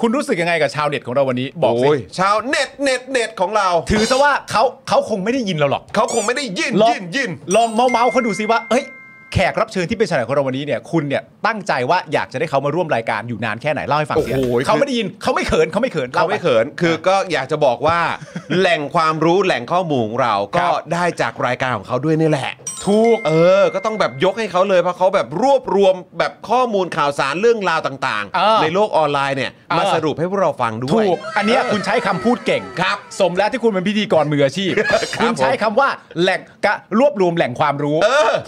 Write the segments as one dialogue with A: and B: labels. A: คุณรู้สึกยังไงกับชาวเน็ตของเราวันนี้บอกสิ
B: โยชาวเน็ตเน็ตเน็ตของเรา
A: ถือซะว่าเขาเขาคงไม่ได้ยินเราหรอก
B: เขาคงไม่ได้ยิน
A: ลอง
B: ยินยิน
A: ลองเมาส์เมาส์เขาดูซิว่าเอ้ยแขกรับเชิญที่เป็นชาวเน็ตของเราวันนี้เนี่ยคุณเนี่ยตั้งใจว่าอยากจะได้เขามาร่วมรายการอยู่นานแค่ไหนเล่าให้ฟังสิ
B: โอ้โห
A: เขาไม่ได้ยินเขาไม่เขินเขาไม่เขิน
B: เราไม่
A: ล่ป
B: เขินคือก็อยากจะบอก ว่า แหล่งความรู้แหล่งข้อมูลของเรา
A: ครั
B: ก็
A: บ
B: ได้จากรายการของเขาด้วยนี่แหละ
A: ถูก
B: เออ ก็ต้องแบบยกให้เขาเลยเพราะเขาแบบรวบรวมแบบข้อมูลข่าวสารเรื่องราวต่าง
A: เออ
B: ในโลกออนไลน์เนี่ย มา
A: เออ
B: สรุปให้พวกเราฟังด้วย
A: ถูก อันเนี้ยคุณใช้คำพูดเก่ง
B: ครับ
A: สมแล้วที่คุณเป็นพิธีกรมืออาชีพ คุณใช้คำว่าแหล่งกะรวบรวมแหล่งความรู้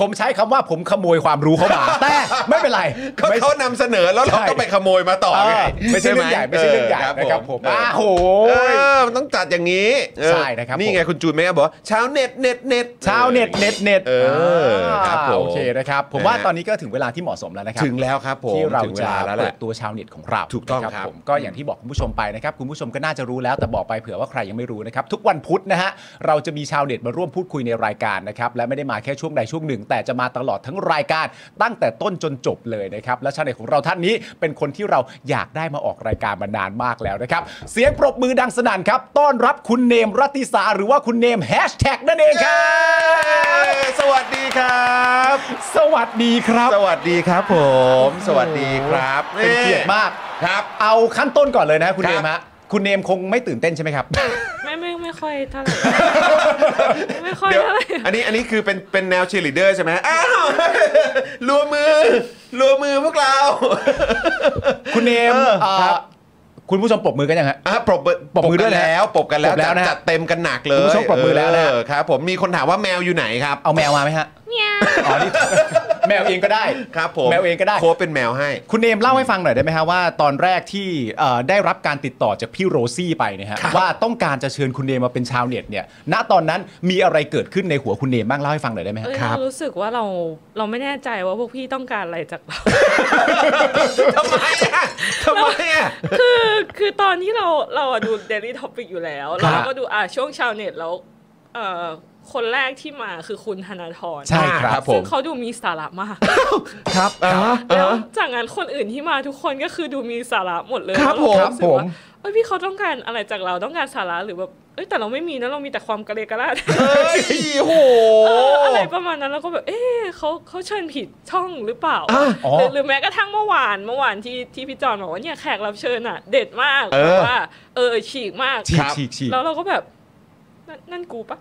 A: ผมใช้คำว่าผมขโมยความรู้เข้ามา แต่ไม่เป็นไร
B: ก็
A: ไม่
B: เขานำเสนอแล้วเรา
A: ใช่
B: ก็ไปขโมยมาต่อไง
A: เออไม่ใช่เรื่องใหญ่ไม่ใช่เรื่องใหญ่นะครับผมอ้าโห
B: เออมันต้องจัดอย่างนี้เออ
A: ใช่นะครับ
B: นี่ไง
A: ผม
B: คุณจูนไหมครับบอกว่าชาวเน็ตเน็ตเน็ต
A: ชาวเน็ตเน็ตเน็ต
B: เออครับผม
A: โอเคนะครับ ผมว่า
B: นะฮะ
A: ตอนนี้ก็ถึงเวลาที่เหมาะสมแล้วนะครับ
B: ถึงแล้วครับผม
A: ที่เรา
B: ถึงเว
A: จะ
B: ลาแล้วแห
A: เปิ
B: ละ
A: ดตัวชาวเน็ตของเรา
B: ถูกต้อง
A: นะครับ ผมก็อย่างที่บอกคุณผู้ชมไปนะครับ คุณผู้ชมก็น่าจะรู้แล้วแต่บอกไปเผื่อว่าใครยังไม่รู้นะครับ ทุกวันพุธนะฮะเราจะมีชาวเน็ตมาร่วมพูดคุยในรายการนะครับ และไม่ได้มาแค่ช่วงใดช่วงหนึ่ง แต่จะมาตลอดทั้งรายการ ตั้งแต่ต้นจนจบเลยนะครับ และชาวเน็ตของเราท่านนี้เป็นคนที่เราอยากได้มาออกรายการมานานมากแล้วนะครับ เสียงปรบมือดังสนั่นครับ ต้อนรับคุณเนมรัตติสาหรือว่าคุณเนมแฮชแท็กนั่นเองครับ
B: สวัสดีครับ
A: สวัสดีครับ
B: สวัสดีครับผม สวัสดีครับ
A: เป็นเกียรติมาก
B: ครับ
A: เอาขั้นต้นก่อนเลยนะคุณ
B: ครั
A: เน
B: บ
A: มฮะคุณเนมคงไม่ตื่นเต้นใช่ไหมครับ
C: ไม่ไม่ไม่ค่อยเท่าไหร่ ไม่ค่อย
B: เดี๋ยว
C: เท่าไหร่
B: อันนี้อันนี้คือเป็นเป็นแนวเชียร์ลีดเดอร์ใช่ไหมอ้าว รวมมือรวมมือพวกเรา
A: คุณเนม
B: เออ
A: เอ่อ
B: ครับ
A: คุณผู้ชมปรบมือกันยังฮะ
B: อ่ะปรบมือ
A: ปรบมือด้วย
B: กันแล้วปรบกันแล้ว
A: ปรบแล้วนะ
B: จัดจัดเต็มกันหนักเล
A: คุณ
B: ย
A: ผู้ชมปรบมือแล้วนะ
B: เครับ ผมมีคนถามว่าแมวอยู่ไหนครับ
A: เอาแมวมาไหมฮะ
C: เนี่ย
A: อ๋อนี่ แมวเองก็ได้
B: ครับ ผม
A: แมวเองก็ได้
B: โค้ดเป็นแมวให้
A: คุณเนมเล่าให้ฟังหน่อยได้ไหมฮะว่าตอนแรกที่เอ่อได้รับการติดต่อจากพี่โรซี่ไปเนะฮะ
B: ครับ
A: ว่าต้องการจะเชิญคุณเนมมาเป็นชาวเน็ตเนี่ย ณตอนนั้นมีอะไรเกิดขึ้นในหัวคุณเนมบ้างเล่าให้ฟังหน่อยได้ไหมฮะ
C: เอ้ยเรารู้สึกว่าเราเราไม่แน่ใจว่าพวกพี่ต้องการอะไรจากเรา
B: ทำไมอ่ะทำไมอ่ะ
C: คือคือตอนที่เราเราอะดู Daily Topic อยู่แล้ว เราก็ดูอ่ะช่วงชาวเน็ตแล้วเอ่อคนแรกที่มาคือคุณธนาธร
A: ใช่ครับ
B: ผม
C: ซึ่งเขาดูมีสาระมาก
B: ครับอ่าฮะอ่า
C: แล้ว
B: ฮะ
C: จากนั้นคนอื่นที่มาทุกคนก็คือดูมีสาระหมดเลย
B: ครับ
C: แล้วเา
A: ครับ
C: สึก
A: ผ
C: ว่า
A: ม
C: เอ้ยพี่เขาต้องการอะไรจากเราต้องการสาระหรือแบบเอ้ยแต่เราไม่มีนะเรามีแต่ความกระเลกระลาด
B: เอ้ยโห
C: เอออะไรประมาณนั้นเราก็แบบ เอ๊ะเขาเขาเชิญผิดช่องหรือเปล่า
B: อ่ะ
A: อ๋อ
C: หรือหรือแม้กระทั่งเมื่อวานเมื่อวานที่ที่พี่จอนบอกว่าเนี่ยแขกรับเชิญอ่ะ เด็ดมาก
B: เออ
C: แบบว่า เออฉีกมาก
A: ฉี
B: ครั
A: ก
B: บ
A: ฉีกฉีก
C: แล้วเราก็แบบนั่นนั่นกูปะ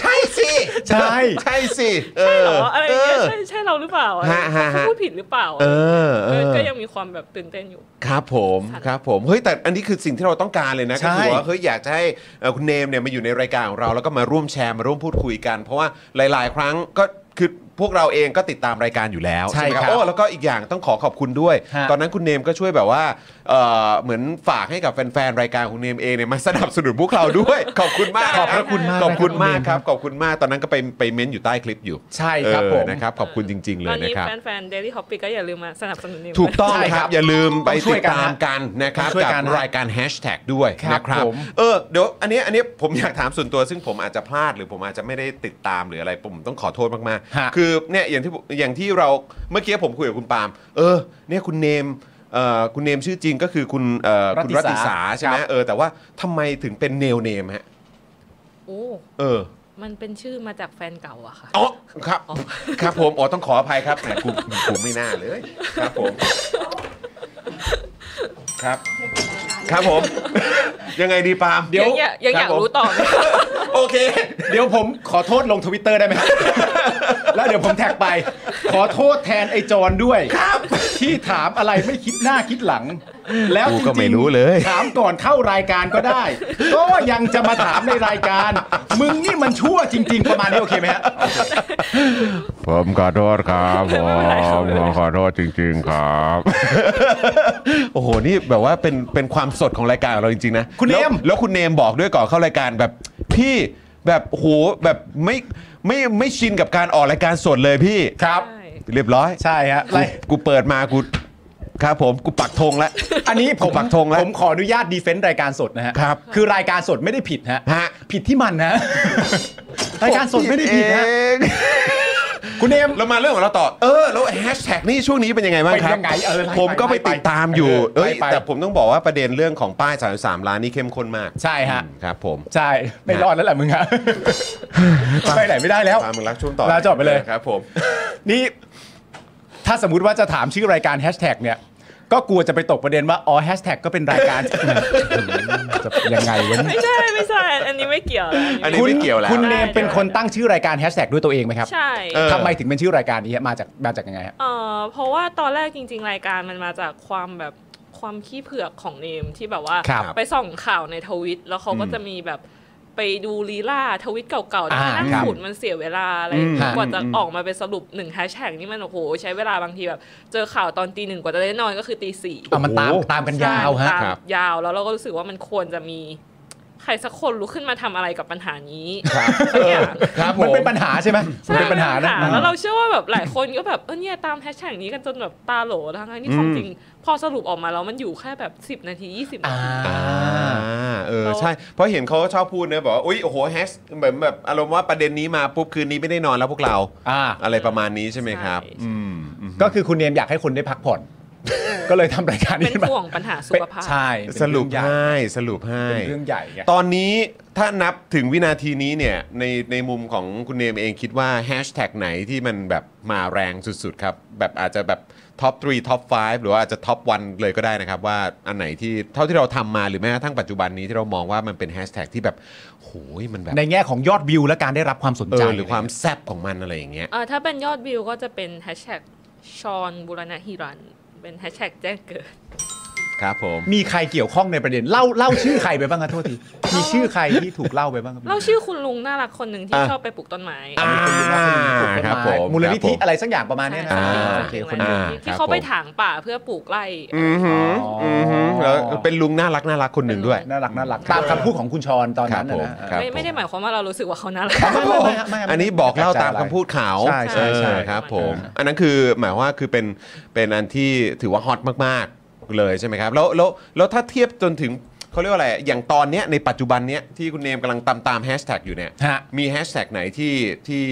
B: ใช่สิ
A: ใช่
B: ใช่สิ
C: ใช่เหรออะไรอย่างเงี้ย
B: อ
C: ใช่ใช่เราหรือเปล่าอะไร
B: ฮะฮะฮะ
C: เขาพูดผิดหรือเปล่า
B: เออเอ
C: เออ
B: อ
C: ก็ยังมีความแบบตื่นเต้นอยู่
B: ครับผมครับผมเฮ้ยแต่อันนี้คือสิ่งที่เราต้องการเลยนะ
A: ใช่
B: ก็คือว่าเฮ้ยอยากจะให้เอ่อคุณเนมเนี่ยมาอยู่ในรายการของเราแล้วก็มาร่วมแชร์มาร่วมพูดคุยกัน เพราะว่าหลาย ๆ ครั้งก็คือพวกเราเองก็ติดตามรายการอยู่แล้ว
A: ใช่
B: ไหม
A: ครับ
B: โอ้แล้วก็อีกอย่างต้องขอขอบคุณด้วย
A: ฮะ
B: ตอนนั้นคุณเนมก็ช่วยแบบว่าเอ่อเหมือนฝากให้กับแฟน ๆ รายการของเนมเองเนี่ยมาสนับสนุนพวกเราด้วย ขอบคุณมาก
A: ขอบพระคุณมาก
B: ขอบคุณมาก
A: นะ
B: ค
A: ครั
B: รับ บขอบคุณมากตอนนั้นก็ไปไปเม้นอยู่ใต้คลิปอยู่
A: ใช่ครับ
B: เออ
A: ผม
B: นะครับขอบคุณจริง ๆ เล
C: ตอย น
B: นะ
C: นี้
B: ครับ
C: แฟนๆ Daily Topic ก็อย่าลืมมาสนับสนุนนิว
B: ถูกต้อง
A: ใช่
B: ค
A: ครั
B: รับบ อย่าลืมไป
A: ต้องช่ว
B: ติ
A: ย
B: ด
A: กัน
B: ตามกันนะครับ
A: ต้องช่วย
B: กับ
A: กันนะ
B: รายการแฮชแท็กด้วย
A: ครับ
B: นะครับ
A: ผม
B: เออเดี๋ยวอันนี้อันนี้ผมอยากถามส่วนตัวซึ่งผมอาจจะพลาดหรือผมอาจจะไม่ได้ติดตามหรืออะไรผมต้องขอโทษมาก
A: ฮะ
B: ๆ คือเนี่ยอย่างที่อย่างที่เราเมื่อกี้ผมคุยกับคุณปาล์มเออเนี่ยคุณเนมเอ่อคุณเนมชื่อจริงก็คือคุณเอ่อคุณ
A: รั
B: รั
A: ตติ
B: ติ
A: สา
B: สาใช่ไหม
A: ครับ
B: เออแต่ว่าทำไมถึงเป็นเนลเนมฮะ
C: โอ้
B: เออ
C: มันเป็นชื่อมาจากแฟนเก่าอะค่ะ
B: อ๋อครับ
C: อ๋อ
B: ครับผมอ๋อต้องขออภัยครับแหมกูกูไม่น่าเลยครับผมครับ ครับผม ยังไงดีปาล์ม
A: เดี๋ยว
C: งากยังอยากรู้ต่อไหม
B: โอเค
A: เดี๋ยวผมขอโทษลงทวิตเตอร์ได้ไหมครับ แล้วเดี๋ยวผมแท็กไป ขอโทษแทนไอจอนด้วยที่ถามอะไรไม่คิดหน้าคิดหลัง แล้ว
B: กู
A: จริงๆ
B: ก็ไม่รู้เลย
A: ถามก่อนเข้ารายการก็ได้ ก็ยังจะมาถามในรายการ มึงนี่มันชั่วจริง ๆ ประมาณนี้โอเคไหมฮะ
D: ผมขอโทษครับผ
C: ไม่เป็นไรครับ
D: มผมขอโทษจริง ๆ ครับ
B: โอ้โห นี่แบบว่าเป็นเป็นความสดของรายการของเราจริง ๆ นะ
A: คุณเนม
B: แล้วแล้วคุณเนมบอกด้วยก่อนเข้ารายการแบบพี่แบบโหแบบไม่ไม่ไม่ชินกับการออกรายการสดเลยพี่
A: ครับ
C: ใช่
B: เรียบร้อย
A: ใช่ฮะ
B: กู
A: ไร
B: กูเปิดมากูครับผมกูปักธง แล้ว
A: อันนี้ผม
B: ปักธงแล้ว
A: ผมขออนุญาตดีเฟนต์รายการสดนะฮะ
B: ครับ
A: คือรายการสดไม่ได้ผิดฮะ
B: ฮะ
A: ผิดที่มันนะ รายการสดไม่ได้ผิดฮะ
B: ผมผิดเอง
A: คุณเนม
B: เรามาเรื่องของเราต่อ เออ แล้วแฮชแท็กนี่ช่วงนี้เป็นยังไงบ้างครับ
A: เป็นยังไงเออไล่ไป
B: ผมก็ไปติดตามอยู่
A: เออ
B: เอ้ย
A: ไปไป
B: แต่ผมต้องบอกว่าประเด็นเรื่องของป้าย 33 ล้านนี่เข้มข้นมาก
A: ใช่ฮะ
B: อืมครับผม
A: ใช่ ไม่รอดแล้วแหละมึงฮะ ไปไหนไม่ได้แล้ว
B: ตามมึงรักช่วงต่อ
A: ลาจอดไปเลย
B: ครับผม
A: นี่ถ้าสมมติว่าจะถามชื่อรายการแฮชแท็กเนี่ย ก็กลัวจะไปตกประเด็นว่า อ๋อแฮชแท็กก็เป็นรายการ จะยังไงวะเนี่ย
C: ไม่ใช่ไม่ใช่ อันนี้ไม่เกี่ยวนะ
B: อันนี้ไม่เกี่ยวแล้ว
A: คุณเนมเป็นคนตั้งชื่อรายการแฮชแท็กด้วยตัวเองไหมครับ
C: ใช่
B: เออ
A: ทำไมถึงเป็นชื่อรายการนี้ฮะมาจากมาจากยังไงฮะ
C: เออเพราะว่าตอนแรกจริง ๆ รายการมันมาจากความแบบความขี้เผือกของเนมที่แบบว่า
A: ครับ
C: ไปส่องข่าวในทวิต แล้วเขาก็
A: อืม
C: จะมีแบบไปดูลีลาทวิตเก่าๆ
A: อ่า
C: ที่นั่ง
A: ครับ
C: ขุดมันเสียเวลาอะไร
B: อืม
C: กว่าจะออกมาเป็นสรุปหนึ่งแฮชแท็กนี่มันโอ้โห ใช้เวลาบางทีแบบ เจอข่าวตอนตีหนึ่งกว่าจะได้นอนก็คือตีสี่
A: ะมันตาม
B: โอ้โห
A: ตามกันยาวฮะ
C: ใช่
B: ครั
C: ตา
B: บ
C: มยาวแล้วเราก็รู้สึกว่ามันควรจะมี ใครสักคนลุกขึ้นมาทำอะไรกับปัญหานี้สักอย่าง
B: ครับผ
A: มัน
B: ม
A: เป็นปัญหาใช่ไหมมัน
C: ใช่
A: เป็นปัญหานะ
C: มัเป็แล้วเราเชื่อว่าแบบหลายคนก็แบบเออเนี่ยตามแฮชแท็กนี้กันจนแบบตาโหลทั้งๆที่ของจริง พอสรุปออกมาแล้วมันอยู่แค่แบบ 10 นาที 20 นาที
B: อ่าเออใช่ เพราะเห็นเขาชอบพูดเนอะบอกว่า อุ๊ย โอ้โหแฮชเหมือนแบบอารมณ์ว่าประเด็นนี้มาปุ๊บคืนนี้ไม่ได้นอนแล้วพวกเรา
A: อ่า
B: อะไรประมาณนี้ใช่ไหมครับ
C: ใช่
B: อืมอืม
A: ก็คือคุณเนมอยากให้คนได้พัก ผ่อน ก็เลยทำรายการ
C: เป็
A: นี้
C: น
A: มา
C: ห่วงปัญหาสุขภาพ
A: ใช่
B: สรุป
A: เป็นเองใหญ่
B: ให้สรุปให้
A: เป็นเรื่องใหญ่ไง
B: ตอนนี้ถ้านับถึงวินาทีนี้เนี่ย ในในมุมของคุณเนมเองคิดว่าแฮชแท็กไหนที่มันแบบมาแรงสุดๆครับ แบบอาจจะแบบท็อป 3 ท็อป 5 หรือว่าอาจจะท็อป 1 เลยก็ได้นะครับ ว่าอันไหนที่เท่าที่เราทำมาหรือแม้กระทั่งปัจจุบันนี้ที่เรามองว่ามันเป็นแฮชแท็กที่แบบโหยมันแบบ
A: ในแง่ของยอดวิวและการได้รับความสน
B: เอ
A: ใจ
B: อหรือความแซบของมันอะไรอย่างเงี้ย
C: เอ่อถ้าเป็นยอดวิวก็จะเป็นแฮชแท็กชอนบุรณะฮิรัน เป็นแฮชแท็กแจ้งเกิด
B: ครับผม
A: มีใครเกี่ยวข้องในประเด็นเล่าเล่าชื่อใครไปบ้างครับโทษ ที มีชื่อใครที่ถูกเล่าไปบ้างครับ
C: เราชื่อคุณลุงน่ารักคนหนึ่งที่ชอบไปปลูกต้นไม้
B: อ่า
A: ค
B: ค
A: รั
B: รั
A: บบ ผ
B: ผม ม
A: มูลนิธิ
B: ค
A: อะ
B: รับผม
A: ไรสักอย่างประมาณเนี้ยนะ
C: ใช่
B: อ่า
A: โอเคคน
C: ใช่
A: เดียว
B: ะค
C: ที่
B: รับ
C: เขาไป
B: ผม
C: ถางป่าเพื่อปลูกไร่อะไร
B: อือหืออือหือแล้วเป็นลุงน่ารักน่ารักคนหนึ่งด้วย
A: น่ารักน่ารักตามคำพูดของคุณชรตอนนั้นน่ะนะ
B: ครับ
C: ไม่ไม่ได้หมายความว่าเรารู้สึกว่าเขาน่ารัก
A: ไม่ไม่ไม่ไม่ไม่
B: อันนี้บอกเล่าตามคำพูดเขา
A: ใช่ใช่ใช่
B: เออครับผมอันนั้นคือหมายว่าคือเป็นเป็นอันที่ถือว่าฮอตมากๆเลยใช่ไหมครับแล้วแล้วแล้วถ้าเทียบจนถึงเขาเรียกว่าอะไรอย่างตอนเนี้ยในปัจจุบันเนี้ยที่คุณเนมกำลังตามตามแฮชแท็กอยู่เนี่ย
A: ฮะ
B: มีแฮชแท็กไหนที่ที่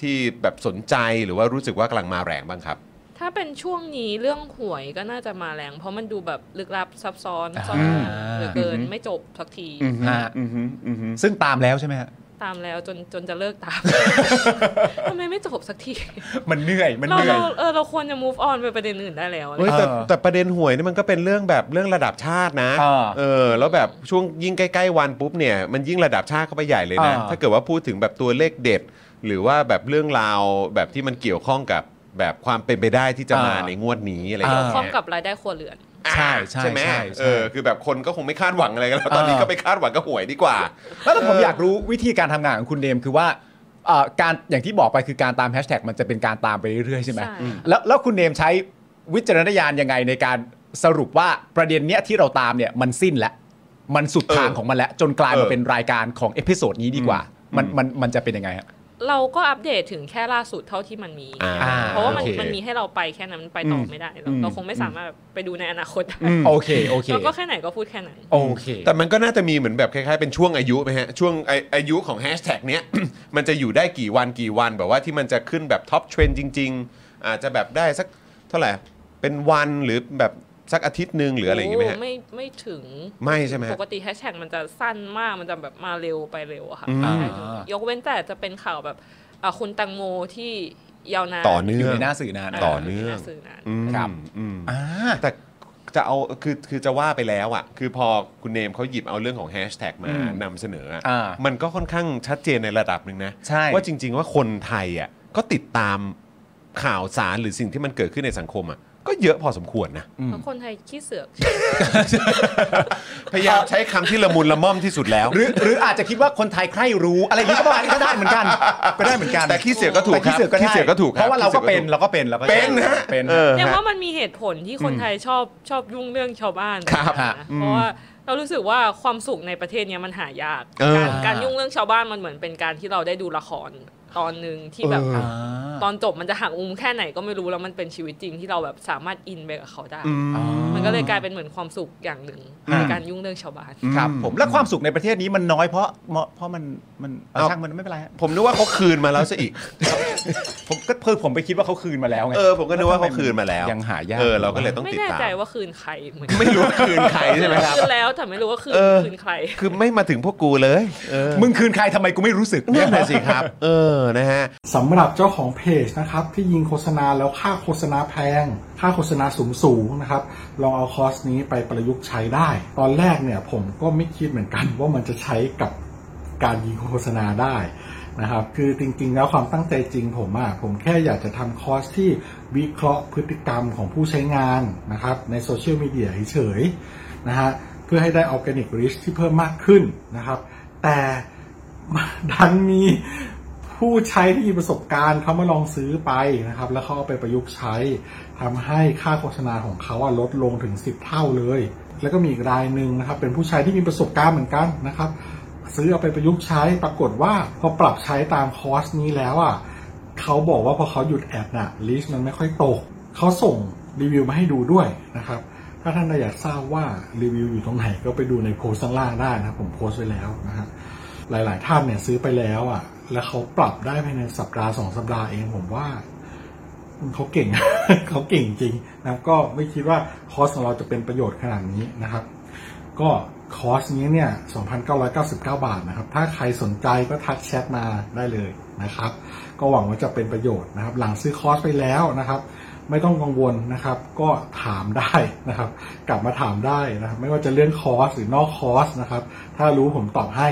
B: ที่แบบสนใจหรือว่ารู้สึกว่ากำลังมาแรงบ้างครับ
C: ถ้าเป็นช่วงนี้เรื่องหวยก็น่าจะมาแรง เพราะมันดูแบบลึกลับซับซ้อนซ่อนหาเหลือเกินไม่จบสักที
A: ฮะซึ่งตามแล้วใช่ไหมฮะ
C: ตามแล้วจนจนจะเลิกตามทำไมไม่จบสักที
A: มันเหนื่อยมัน
C: เรา
A: เหนื่อ
C: เรา
A: ย
C: เออเราควรจะ move on ไปประเด็นอื่นได้แล้วอะไร
B: เฮ้ยแต่
A: เออ
B: แต่ประเด็นหวยนี่มันก็เป็นเรื่องแบบเรื่องระดับชาตินะ
A: เออ
B: เออแล้วแบบช่วงยิ่งใกล้ๆวันปุ๊บเนี่ยมันยิ่งระดับชาติเข้าไปใหญ่เลยนะ
A: เออ
B: ถ้าเกิดว่าพูดถึงแบบตัวเลขเด็ด หรือว่าแบบเรื่องราวแบบที่มันเกี่ยวข้องกับแบบความเป็นไปได้ที่จะมา
A: เออ
B: ในงวดนี้อะไร
A: เอ
B: แบ
A: อ
B: บ
C: พร้อมกับรายได้ครัวเรือน
A: ใช่ใช่
B: ใช่ไหม
A: ใช่ใช่
B: เออคือแบบคนก็คงไม่คาดหวังอะไรกันแล้วตอนนี้
A: เออ
B: ก็ไปคาดหวังกับหวยดีกว่า
A: แล้วผมอยากรู้วิธีการทำงานของคุณเดมคือว่าเอ่อการอย่างที่บอกไปคือการตามแฮชแท็กมันจะเป็นการตามไปเรื่อยๆใช่ไหม
C: ใช่
A: แล้วแล้วคุณเดมใช้วิจารณญาณยังไงในการสรุปว่าประเด็นเนี้ยที่เราตามเนี่ยมันสิ้นแล้ว มันสุดทางของมันแล้ว จนกลายมา
B: เออ
A: เป็นรายการของเอพิโซดนี้ดีกว่า มันมันมันจะเป็นยังไงฮะ
C: เราก็อัปเดตถึงแค่ล่าสุดเท่าที่มันมี
B: อ่า
C: เพราะว่ามัน
B: โอค
C: มันมีให้เราไปแค่นั้นมันไปต่ออ
A: ม
C: ไม่ได้เรา
A: อืม
C: เราคงไม่สามารถไปดูในอนาคตได้
A: โอเคโอเค
C: เราก็แค่ไหนก็พูดแค่นั้น
A: โอเค
B: แต่มันก็น่าจะมีเหมือนแบบคล้ายๆเป็นช่วงอายุไหมฮะ ช่วงอาอายุของแฮชแท็กเนี้ย มันจะอยู่ได้กี่วันกี่วันแบบว่าที่มันจะขึ้นแบบท็อปเทรนด์จริง ๆ อาจจะแบบได้สักเท่าไหร่ เป็นวันหรือแบบสักอาทิตย์หนึ่งหรืออะไรอย่างงี้ไหมฮะ
C: โไม่ไม่ถึง
B: ไม่ใช่ไหม
C: ปกติแฮชแท็กมันจะสั้นมากมันจะแบบมาเร็วไปเร็วอะค่ะ
B: อืม
C: ใช่ยกเว้นแต่จะเป็นข่าวแบบอ่ะคุณตังโมที่ยาวนาน
B: ต่อเนื่
A: อยู่
B: อง
A: ในหน้าสื่อนาน
B: ต่อเนื่อง
C: ยู่ใหาสื่อนาน
B: อืม
A: ครับ
B: อืม
A: อ่า
B: แต่จะเอาคือคือจะว่าไปแล้วอ่ะ คือพอคุณเนมเขาหยิบเอาเรื่องของแฮชแท็กมา
A: อืม
B: นำเสนออะ
A: อ่ามั
B: มันก็ค่อนข้างชัดเจนในระดับหนึ่งนะ
A: ใช่
B: ว่าจริง ๆ ว่าคนไทยอ่ะก็ติดตามข่าวสารหรือสิ่งที่มันเกิดขึ้นในสังคมอ่ะก็เยอะพอสมควรนะ
C: เพราะคนไทยขี้เสือก
B: พยายามใช้คำที่ละมุนละม่อมที่สุดแล้ว
A: หรือหรืออาจจะคิดว่าคนไทยใคร่รู้อะไรอย่างนี้ก็ประมาณนี้ก็ได้เหมือนกันก็ได้เหมือนกัน
B: แต่ขี้เสือกก็ถูก
A: แต่ขี้เสือกก็
B: ครับขี้เสือกก็ถูกค
A: เพ
B: รับ
A: ราะว่าเราก็เป็น
B: ขี้เสือกก็ถูก
A: เราก็เป็นเราก็
B: เป็นนะ
A: เป็น
B: ออ
C: เนี่ย
B: ฮะ
C: ว่ามันมีเหตุผลที่คนไทยชอบชอบยุ่งเรื่องชาวบ้าน
B: ครับ
C: นะเพราะว่าเรารู้สึกว่าความสุขในประเทศเนี้ยมันหายาก
B: เออ
C: การการยุ่งเรื่องชาวบ้านมันเหมือนเป็นการที่เราได้ดูละครตอนหนึ่งที่แบบ
A: อ่า
C: ตอนจบมันจะหักมุมแค่ไหนก็ไม่รู้แล้วมันเป็นชีวิตจริงที่เราแบบสามารถอินไปกับเขาได้
B: อืม
C: มัน ก็เลยกลายเป็นเหมือนความสุขอย่างหนึ่ง
A: อ่า
C: ในการยุ่งเรื่องชาวบ้าน
A: ครับผมและความสุขในประเทศนี้มันน้อยเพราะเพราะมันมันเอา
B: เอา
A: ช่างมันไม่เป็นไรฮะ
B: ผมนึกว่าเขาคืนมาแล้วซะอีก
A: ผมก็เพิ่งผมไปคิดว่าเขาคืนมาแล้วไง
B: เออผมก็นึกว่าเขาคืนมาแล้ว
A: ยังหายาก
B: เออเราก็เลยต้อง
C: ไม่
B: ติด
C: แน่
B: ตาม
C: ใจว่าคืนใครเหมือน
B: ไม่รู้ว่าคืนใครใช่ไหมครับ
C: คืนแล้วแต่ไม่รู้ว่าคืน
B: เออ
C: คืนใคร
B: คือไม่มาถึงพวกกูเลยเออ
A: มึงคืนใครทำไมกูไม่รู้สึก
B: นั่นแหละสิครับ เออนะฮะ
E: สำหรับเจ้าของเพจนะครับที่ยิงโฆษณาแล้วค่าโฆษณาแพง ค่าโฆษณาสูงสูงๆนะครับลองเอาคอร์สนี้ไปประยุกต์ใช้ได้ ตอนแรกเนี่ยผมก็ไม่คิดเหมือนกัน ว่ามันจะใช้กับการยิงโฆษณาได้นะครับคือจริงๆแล้วความตั้งใจจริงผมอะผมแค่อยากจะทำคอร์สที่วิเคราะห์พฤติกรรมของผู้ใช้งานนะครับในโซเชียลมีเดียเฉยๆนะฮะเพื่อให้ได้ออร์แกนิกริชที่เพิ่มมากขึ้นนะครับ แต่ ดันมี ผู้ใช้ที่มีประสบการณ์เขามาลองซื้อไปนะครับ แล้วเขาเอาไปประยุกต์ใช้ทำให้ค่าโฆษณาของเขาอะลดลงถึง 10 เท่าเลย แล้วก็มีอีกรายหนึ่งนะครับ เป็นผู้ใช้ที่มีประสบการณ์เหมือนกันนะครับ ซื้อเอาไปประยุกต์ใช้ปรากฏว่าพอปรับใช้ตามคอร์สนี้แล้วอ่ะเขาบอกว่าพอเขาหยุดแอดน่ะลิสต์มันไม่ค่อยตกเขาส่งรีวิวมาให้ดูด้วยนะครับ ถ้าท่านอยากทราบว่ารีวิวอยู่ตรงไหนก็ไปดูในโพสต์ข้างล่างได้นะครับผมโพสต์ไว้แล้วนะครับ หลาย ๆ ท่านเนี่ยซื้อไปแล้วอ่ะ แล้วเขาปรับได้ภายในสัปดาห์สองสัปดาห์เองผมว่าเขาเก่ง เขาเก่งจริงนะครับก็ไม่คิดว่าคอร์สของเราจะเป็นประโยชน์ขนาดนี้นะครับ ก็คอร์สนี้เนี่ย 2,999 บาทนะครับ ถ้าใครสนใจก็ทักแชทมาได้เลยนะครับ ก็หวังว่าจะเป็นประโยชน์นะครับ หลังซื้อคอร์สไปแล้วนะครับ ไม่ต้องกังวลนะครับ ก็ถามได้นะครับ กลับมาถามได้นะครับ ไม่ว่าจะเรื่องคอร์สหรือนอกคอร์สนะครับ ถ้ารู้ผมตอบให้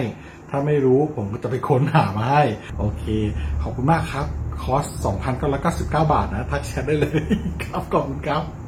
E: ถ้าไม่รู้ผมก็จะไปค้นหามาให้ โอเค ขอบคุณมากครับ คอร์ส 2,999 บาทนะ ทักแชทได้เลย ครับ ขอบคุณครับ